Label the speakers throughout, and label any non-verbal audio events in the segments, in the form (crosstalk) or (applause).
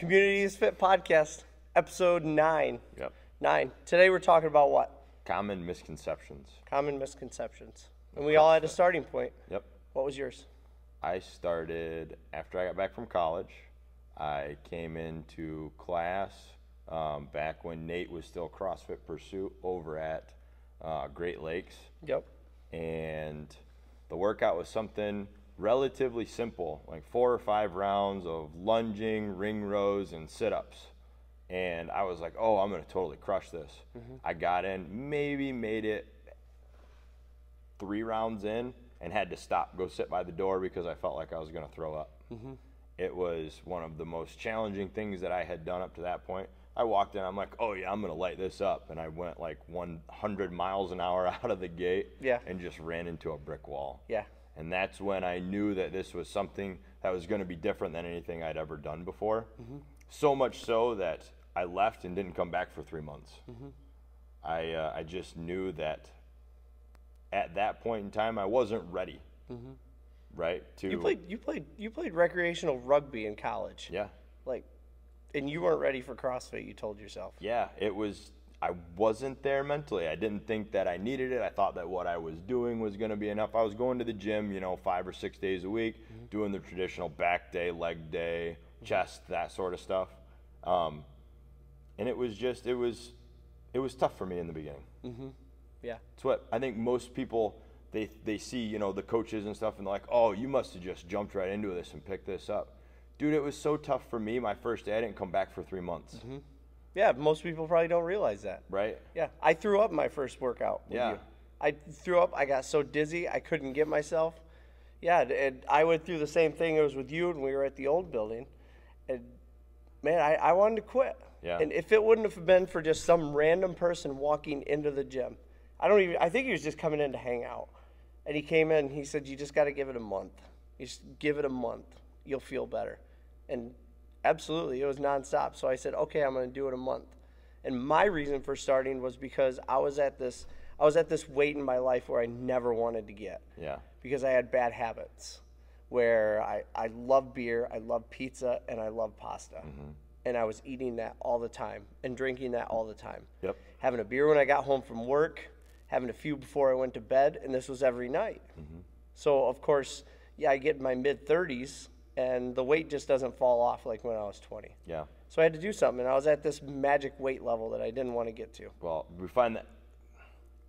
Speaker 1: Communities Fit Podcast, episode nine.
Speaker 2: Yep.
Speaker 1: Nine. Today we're talking about what?
Speaker 2: Common misconceptions.
Speaker 1: Common misconceptions. And we all had a starting point.
Speaker 2: Yep.
Speaker 1: What was yours?
Speaker 2: I started after I got back from college. I came into class um, back when Nate was still CrossFit Pursuit over at uh, Great Lakes,
Speaker 1: Yep.
Speaker 2: and the workout was something relatively simple, like four or five rounds of lunging, ring rows, and sit-ups. And I was like, "Oh, I'm gonna totally crush this." I got in, maybe made it three rounds in and had to stop, go sit by the door because I felt like I was going to throw up.
Speaker 1: Mm-hmm.
Speaker 2: It was one of the most challenging things that I had done up to that point. I walked in, I'm like, oh yeah, I'm going to light this up. And I went like 100 miles an hour (laughs) out of the gate
Speaker 1: Yeah.
Speaker 2: and just ran into a brick wall.
Speaker 1: Yeah.
Speaker 2: And that's when I knew that this was something that was going to be different than anything I'd ever done before.
Speaker 1: Mm-hmm.
Speaker 2: So much so that I left and didn't come back for three months. I, uh, I just knew that at that point in time, I wasn't ready. Right? To
Speaker 1: Mm-hmm. You played you played you played recreational rugby in college.
Speaker 2: Yeah.
Speaker 1: Like and you weren't ready for CrossFit, you told yourself.
Speaker 2: Yeah. It was, I wasn't there mentally. I didn't think that I needed it. I thought that what I was doing was going to be enough. I was going to the gym, you know, five or six days a week,
Speaker 1: Mm-hmm.
Speaker 2: doing the traditional back day, leg day, chest, that sort of stuff. Um, and it was just, it was, it was tough for me in the beginning.
Speaker 1: Yeah.
Speaker 2: It's what I think most people they they see, you know, the coaches and stuff, and they're like, "Oh, you must have just jumped right into this and picked this up." Dude, it was so tough for me. My first day, I didn't come back for three months,
Speaker 1: Yeah, most people probably don't realize that.
Speaker 2: right?
Speaker 1: Yeah. I threw up my first workout. with
Speaker 2: Yeah.
Speaker 1: you. I threw up, I got so dizzy, I couldn't get myself. Yeah, and- and I went through the same thing. It was with you and we were at the old building. And man, I, I wanted to quit.
Speaker 2: Yeah.
Speaker 1: And if it wouldn't have been for just some random person walking into the gym, I don't even, I think he was just coming in to hang out. And he came in and he said, You just got to give it a month. You just give it a month. You'll feel better. And absolutely, it was nonstop. So I said, Okay, I'm going to do it a month. And my reason for starting was because I was at this, I was at this weight in my life where I never wanted to get
Speaker 2: Yeah,
Speaker 1: because I had bad habits where I, I love beer, I love pizza, and I love pasta. And I was eating that all the time and drinking that all the time.
Speaker 2: Yep.
Speaker 1: Having a beer when I got home from work, having a few before I went to bed, and this was every night. So, of course, yeah, I get in my mid 30s, and the weight just doesn't fall off like when I was 20.
Speaker 2: yeah.
Speaker 1: So I had to do something, and I was at this magic weight level that I didn't want to get to.
Speaker 2: Well, we find that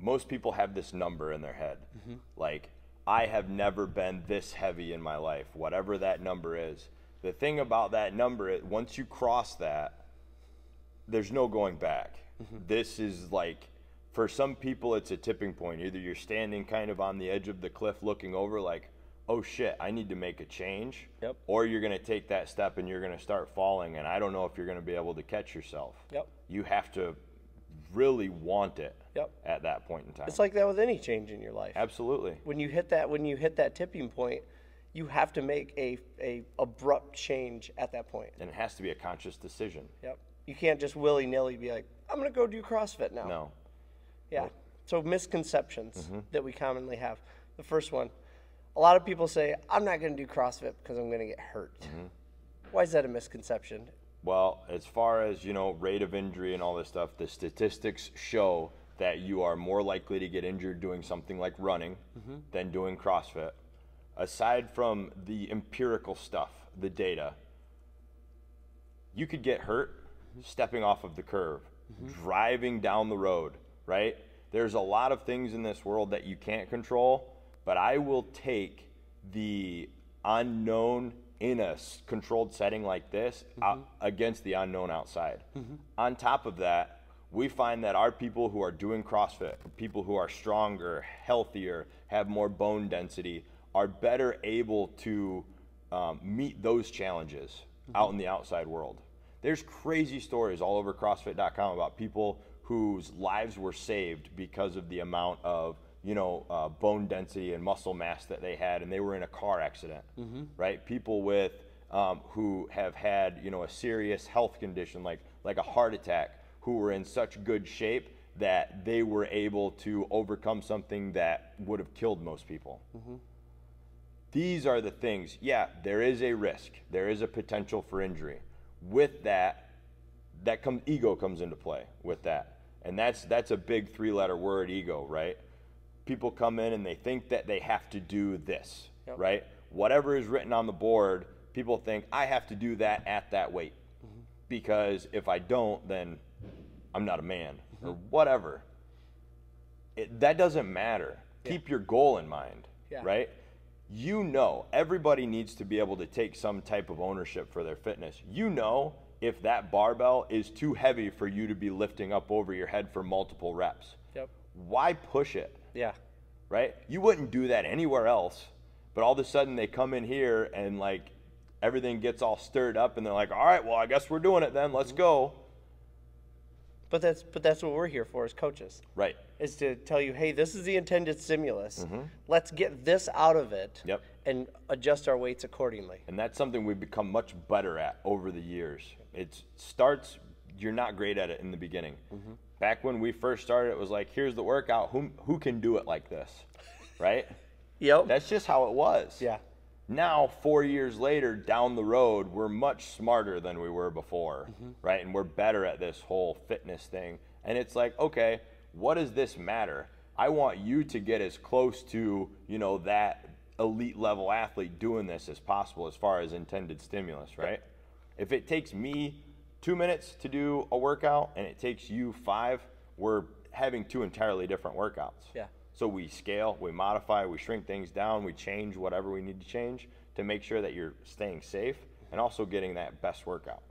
Speaker 2: most people have this number in their head, like I have never been this heavy in my life, whatever that number is. The thing about that number, is once you cross that, there's no going back. This is like, for some people, it's a tipping point. Either you're standing kind of on the edge of the cliff looking over, like, oh shit, I need to make a change.
Speaker 1: Yep.
Speaker 2: Or you're going to take that step and you're going to start falling, and I don't know if you're going to be able to catch yourself.
Speaker 1: Yep.
Speaker 2: You have to really want it
Speaker 1: Yep.
Speaker 2: at that point in time.
Speaker 1: It's like that with any change in your life.
Speaker 2: Absolutely.
Speaker 1: when you hit that when you hit that tipping point you have to make a, a abrupt change at that point
Speaker 2: And it has to be a conscious decision.
Speaker 1: yep you can't just willy-nilly be like i'm going to go do crossfit now
Speaker 2: No. Mm-hmm.
Speaker 1: yeah so misconceptions that we commonly have the first one a lot of people say i'm not going to do crossfit because i'm going to get hurt
Speaker 2: Mm-hmm.
Speaker 1: why is that a misconception
Speaker 2: Well, as far as you know, rate of injury and all this stuff, the statistics show that you are more likely to get injured doing something like running
Speaker 1: Mm-hmm.
Speaker 2: than doing CrossFit. Aside from the empirical stuff, the data, you could get hurt stepping off of the curve, driving down the road, right? There's a lot of things in this world that you can't control, but I will take the unknown in a s- controlled setting like this uh, against the unknown outside. On top of that, we find that our people who are doing CrossFit, people who are stronger, healthier, have more bone density, are better able to um, meet those challenges out in the outside world. There's crazy stories all over CrossFit.com about people whose lives were saved because of the amount of you know uh, bone density and muscle mass that they had, and they were in a car accident, right? People with um, who have had you know a serious health condition like like a heart attack, who were in such good shape that they were able to overcome something that would have killed most people these are the things. Yeah, there is a risk. There is a potential for injury. with that, that comes ego comes into play with that, and that's that's a big three letter word, ego, right? People come in and they think that they have to do this,
Speaker 1: Yep.
Speaker 2: right? Whatever is written on the board, people think I have to do that at that weight,
Speaker 1: Mm-hmm.
Speaker 2: because if I don't, then I'm not a man
Speaker 1: Mm-hmm.
Speaker 2: or whatever it, that doesn't matter. Keep your goal in mind,
Speaker 1: Yeah.
Speaker 2: right? You know, everybody needs to be able to take some type of ownership for their fitness. You know, if that barbell is too heavy for you to be lifting up over your head for multiple reps,
Speaker 1: Yep.
Speaker 2: why push it,
Speaker 1: Yeah.
Speaker 2: right? You wouldn't do that anywhere else, but all of a sudden they come in here and like everything gets all stirred up and they're like, all right, well, I guess we're doing it then, let's go,
Speaker 1: But that's but that's what we're here for as coaches.
Speaker 2: right?
Speaker 1: Is to tell you, hey, this is the intended stimulus. Let's get this out of it
Speaker 2: Mm-hmm. Yep.
Speaker 1: and adjust our weights accordingly.
Speaker 2: and that's something we've become much better at over the years. It starts. You're not great at it in the beginning. Back when we first started, it was like, here's the workout. Who who can do it like this, right?
Speaker 1: Yep.
Speaker 2: That's just how it was.
Speaker 1: yeah.
Speaker 2: Now, four years later, down the road, we're much smarter than we were before, right? And we're better at this whole fitness thing. And it's like, okay, what does this matter? I want you to get as close to, you know, that elite level athlete doing this as possible as far as intended stimulus, right? If it takes me two minutes to do a workout and it takes you five, we're having two entirely different workouts.
Speaker 1: Yeah.
Speaker 2: So we scale, we modify, we shrink things down, we change whatever we need to change to make sure that you're staying safe and also getting that best workout.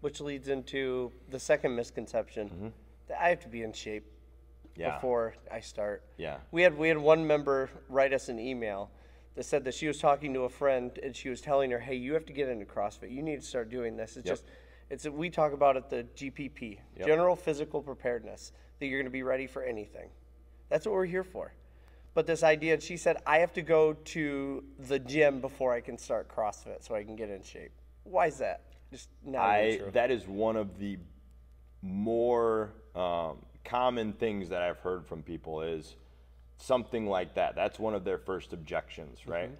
Speaker 1: Which leads into the second misconception that I have to be in shape
Speaker 2: Mm-hmm. Yeah.
Speaker 1: before I start.
Speaker 2: Yeah.
Speaker 1: We had we had one member write us an email that said that she was talking to a friend and she was telling her, "Hey, you have to get into CrossFit. You need to start doing this." It's
Speaker 2: Yep.
Speaker 1: just it's we talk about it the GPP,
Speaker 2: Yep.
Speaker 1: general physical preparedness, that you're going to be ready for anything. That's what we're here for. But this idea, and she said, "I have to go to the gym before I can start CrossFit so I can get in shape." Why is that? Just not even
Speaker 2: I
Speaker 1: true.
Speaker 2: that is one of the more um, common things that I've heard from people is something like that. That's one of their first objections, right?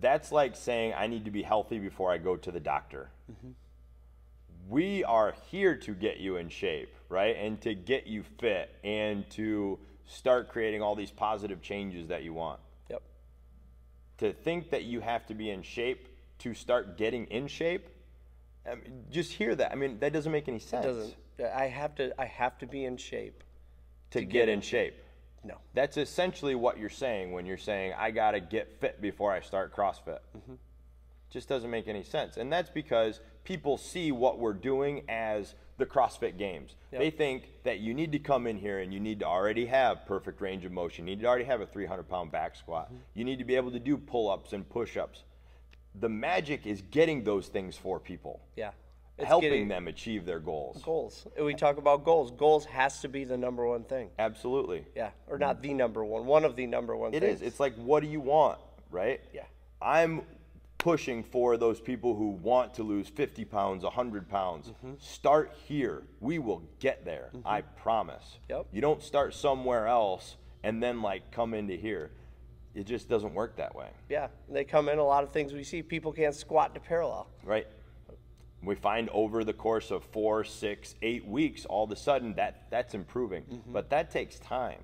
Speaker 2: That's like saying I need to be healthy before I go to the doctor. we are here to get you in shape, right? And to get you fit and to start creating all these positive changes that you want.
Speaker 1: yep.
Speaker 2: To think that you have to be in shape to start getting in shape, I mean, just hear that. I mean, that doesn't make any sense.
Speaker 1: Doesn't I have to I have to be in shape?
Speaker 2: To, get in shape.
Speaker 1: No.
Speaker 2: That's essentially what you're saying when you're saying, I got to get fit before I start CrossFit.
Speaker 1: Mm-hmm.
Speaker 2: Just doesn't make any sense. And that's because people see what we're doing as the CrossFit games. They think that you need to come in here and you need to already have perfect range of motion. You need to already have a 300 pound back squat.
Speaker 1: Mm-hmm.
Speaker 2: You need to be able to do pull ups and push ups. The magic is getting those things for people,
Speaker 1: Yeah. It's
Speaker 2: helping
Speaker 1: getting-
Speaker 2: them achieve their goals.
Speaker 1: goals. And We talk about goals. Goals has to be the number one thing.
Speaker 2: Absolutely.
Speaker 1: Yeah, or not the number one. One of the number one
Speaker 2: It
Speaker 1: things.
Speaker 2: is. It's like, what do you want, right?
Speaker 1: Yeah.
Speaker 2: I'm pushing for those people who want to lose 50 pounds, 100 pounds.
Speaker 1: Mm-hmm.
Speaker 2: Start here. We will get there. I promise.
Speaker 1: Yep.
Speaker 2: You don't start somewhere else and then like come into here. It just doesn't work that way,
Speaker 1: Yeah, and they come in a lot of things we see. People can't squat to parallel.
Speaker 2: right? We find over the course of four, six, eight weeks, all of a sudden that that's improving,
Speaker 1: Mm-hmm.
Speaker 2: but that takes time.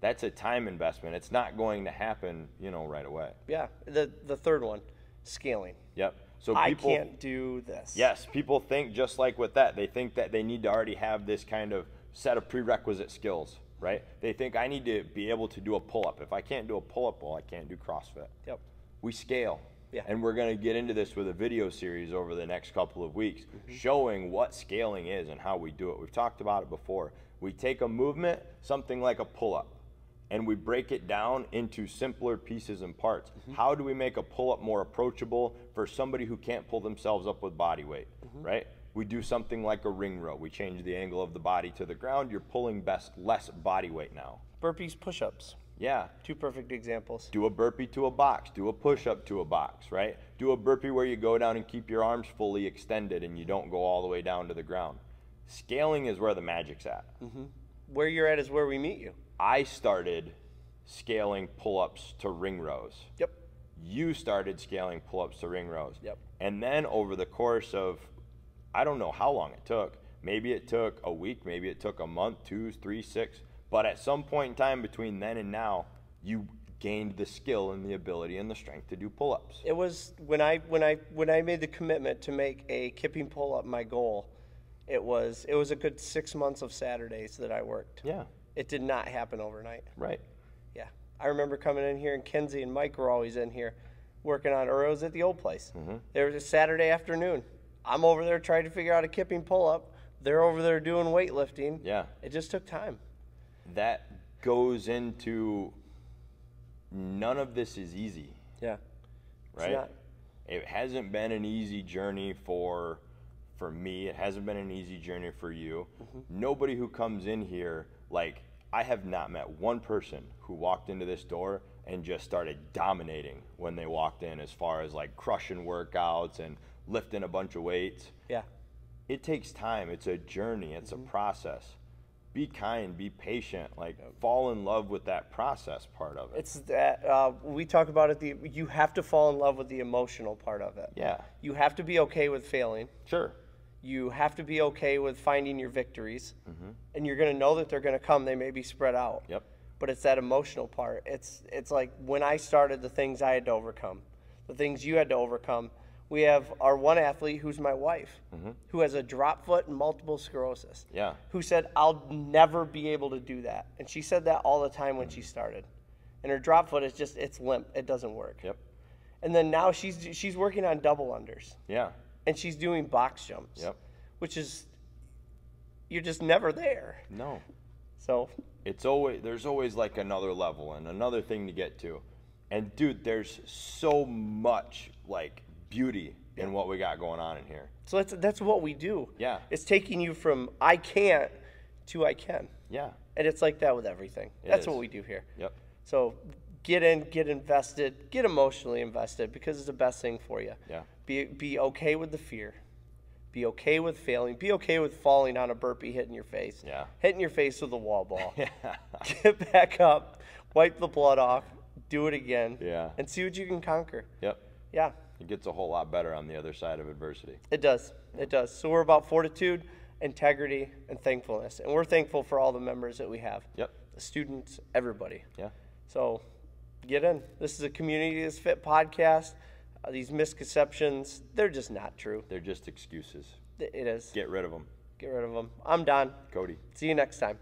Speaker 2: That's a time investment. It's not going to happen, you know, right away.
Speaker 1: Yeah, the the third one, scaling.
Speaker 2: Yep. So
Speaker 1: I
Speaker 2: people,
Speaker 1: can't do this.
Speaker 2: Yes, people think just like with that. They think that they need to already have this kind of set of prerequisite skills, right? They think I need to be able to do a pull up. If I can't do a pull up, well, I can't do CrossFit.
Speaker 1: Yep.
Speaker 2: We scale.
Speaker 1: Yeah.
Speaker 2: And we're going to get into this with a video series over the next couple of weeks showing what scaling is and how we do it. We've talked about it before. We take a movement, something like a pull up, and we break it down into simpler pieces and parts. How do we make a pull up more approachable for somebody who can't pull themselves up with body weight, right? We do something like a ring row. We change the angle of the body to the ground. You're pulling best less body weight now.
Speaker 1: Burpees, push-ups,
Speaker 2: Yeah.
Speaker 1: two perfect examples.
Speaker 2: Do a burpee to a box. Do a push up to a box, right? Do a burpee where you go down and keep your arms fully extended and you don't go all the way down to the ground. Scaling is where the magic's at.
Speaker 1: Where you're at is where we meet you.
Speaker 2: I started scaling pull ups to ring rows.
Speaker 1: Yep.
Speaker 2: You started scaling pull ups to ring rows.
Speaker 1: Yep.
Speaker 2: And then over the course of I don't know how long it took. Maybe it took a week, maybe it took a month, two, three, six. But at some point in time between then and now, you gained the skill and the ability and the strength to do pull ups.
Speaker 1: It was when I when I when I made the commitment to make a kipping pull up my goal. It was it was a good six months of Saturdays that I worked.
Speaker 2: Yeah,
Speaker 1: It did not happen overnight.
Speaker 2: right.
Speaker 1: Yeah, I remember coming in here, and Kenzie and Mike were always in here, working on. Or it was at the old place.
Speaker 2: Mm-hmm.
Speaker 1: There was a Saturday afternoon. I'm over there trying to figure out a kipping pull up. They're over there doing weightlifting.
Speaker 2: Yeah.
Speaker 1: It just took time.
Speaker 2: That goes into none of this is easy,
Speaker 1: Yeah.
Speaker 2: right?
Speaker 1: not.
Speaker 2: It hasn't been an easy journey for for me. It hasn't been an easy journey for you. Nobody who comes in here like I have not met one person who walked into this door and just started dominating when they walked in as far as like crushing workouts and lifting a bunch of weights.
Speaker 1: Yeah.
Speaker 2: it takes time. It's a journey. It's a process. Be kind. Be patient. Like fall in love with that process part of it.
Speaker 1: It's that uh, we talk about it. The you have to fall in love with the emotional part of it.
Speaker 2: yeah.
Speaker 1: You have to be okay with failing.
Speaker 2: Sure.
Speaker 1: You have to be okay with finding your victories,
Speaker 2: Mm-hmm.
Speaker 1: and you're going to know that they're going to come. They may be spread out.
Speaker 2: Yep.
Speaker 1: But it's that emotional part. It's it's like when I started the things I had to overcome, the things you had to overcome. We have our one athlete who's my wife, who has a drop foot and multiple sclerosis.
Speaker 2: Mm-hmm. Yeah.
Speaker 1: Who said I'll never be able to do that, and she said that all the time when she started, and her drop foot is just it's limp. It doesn't work.
Speaker 2: Yep.
Speaker 1: And then now she's she's working on double unders
Speaker 2: Yeah.
Speaker 1: and she's doing box jumps.
Speaker 2: Yep.
Speaker 1: Which is you're just never there.
Speaker 2: No.
Speaker 1: So
Speaker 2: It's always there's always like another level and another thing to get to. And dude, there's so much like beauty in what we got going on in here.
Speaker 1: so that's that's what we do.
Speaker 2: Yeah.
Speaker 1: It's taking you from I can't to I can.
Speaker 2: Yeah.
Speaker 1: And it's like that with everything. that's
Speaker 2: is.
Speaker 1: what we do here.
Speaker 2: Yep.
Speaker 1: So get in, get invested, get emotionally invested because it's the best thing for you.
Speaker 2: Yeah.
Speaker 1: Be be okay with the fear. Be okay with failing. Be okay with falling on a burpee hitting your face.
Speaker 2: Yeah.
Speaker 1: Hitting your face with a wall
Speaker 2: (laughs)
Speaker 1: ball. (laughs) Get back up, wipe the blood off, do it again.
Speaker 2: Yeah.
Speaker 1: And see what you can conquer.
Speaker 2: Yep.
Speaker 1: Yeah.
Speaker 2: It gets a whole lot better on the other side of adversity.
Speaker 1: It does. It does. So we're about fortitude, integrity, and thankfulness. And we're thankful for all the members that we have.
Speaker 2: Yep.
Speaker 1: The students, everybody.
Speaker 2: Yeah.
Speaker 1: So get in. This is a community that's fit podcast. Uh, these misconceptions, they're just not true.
Speaker 2: They're just excuses.
Speaker 1: Th- It is.
Speaker 2: Get rid of them.
Speaker 1: Get rid of them. I'm Don.
Speaker 2: Cody.
Speaker 1: See you next time.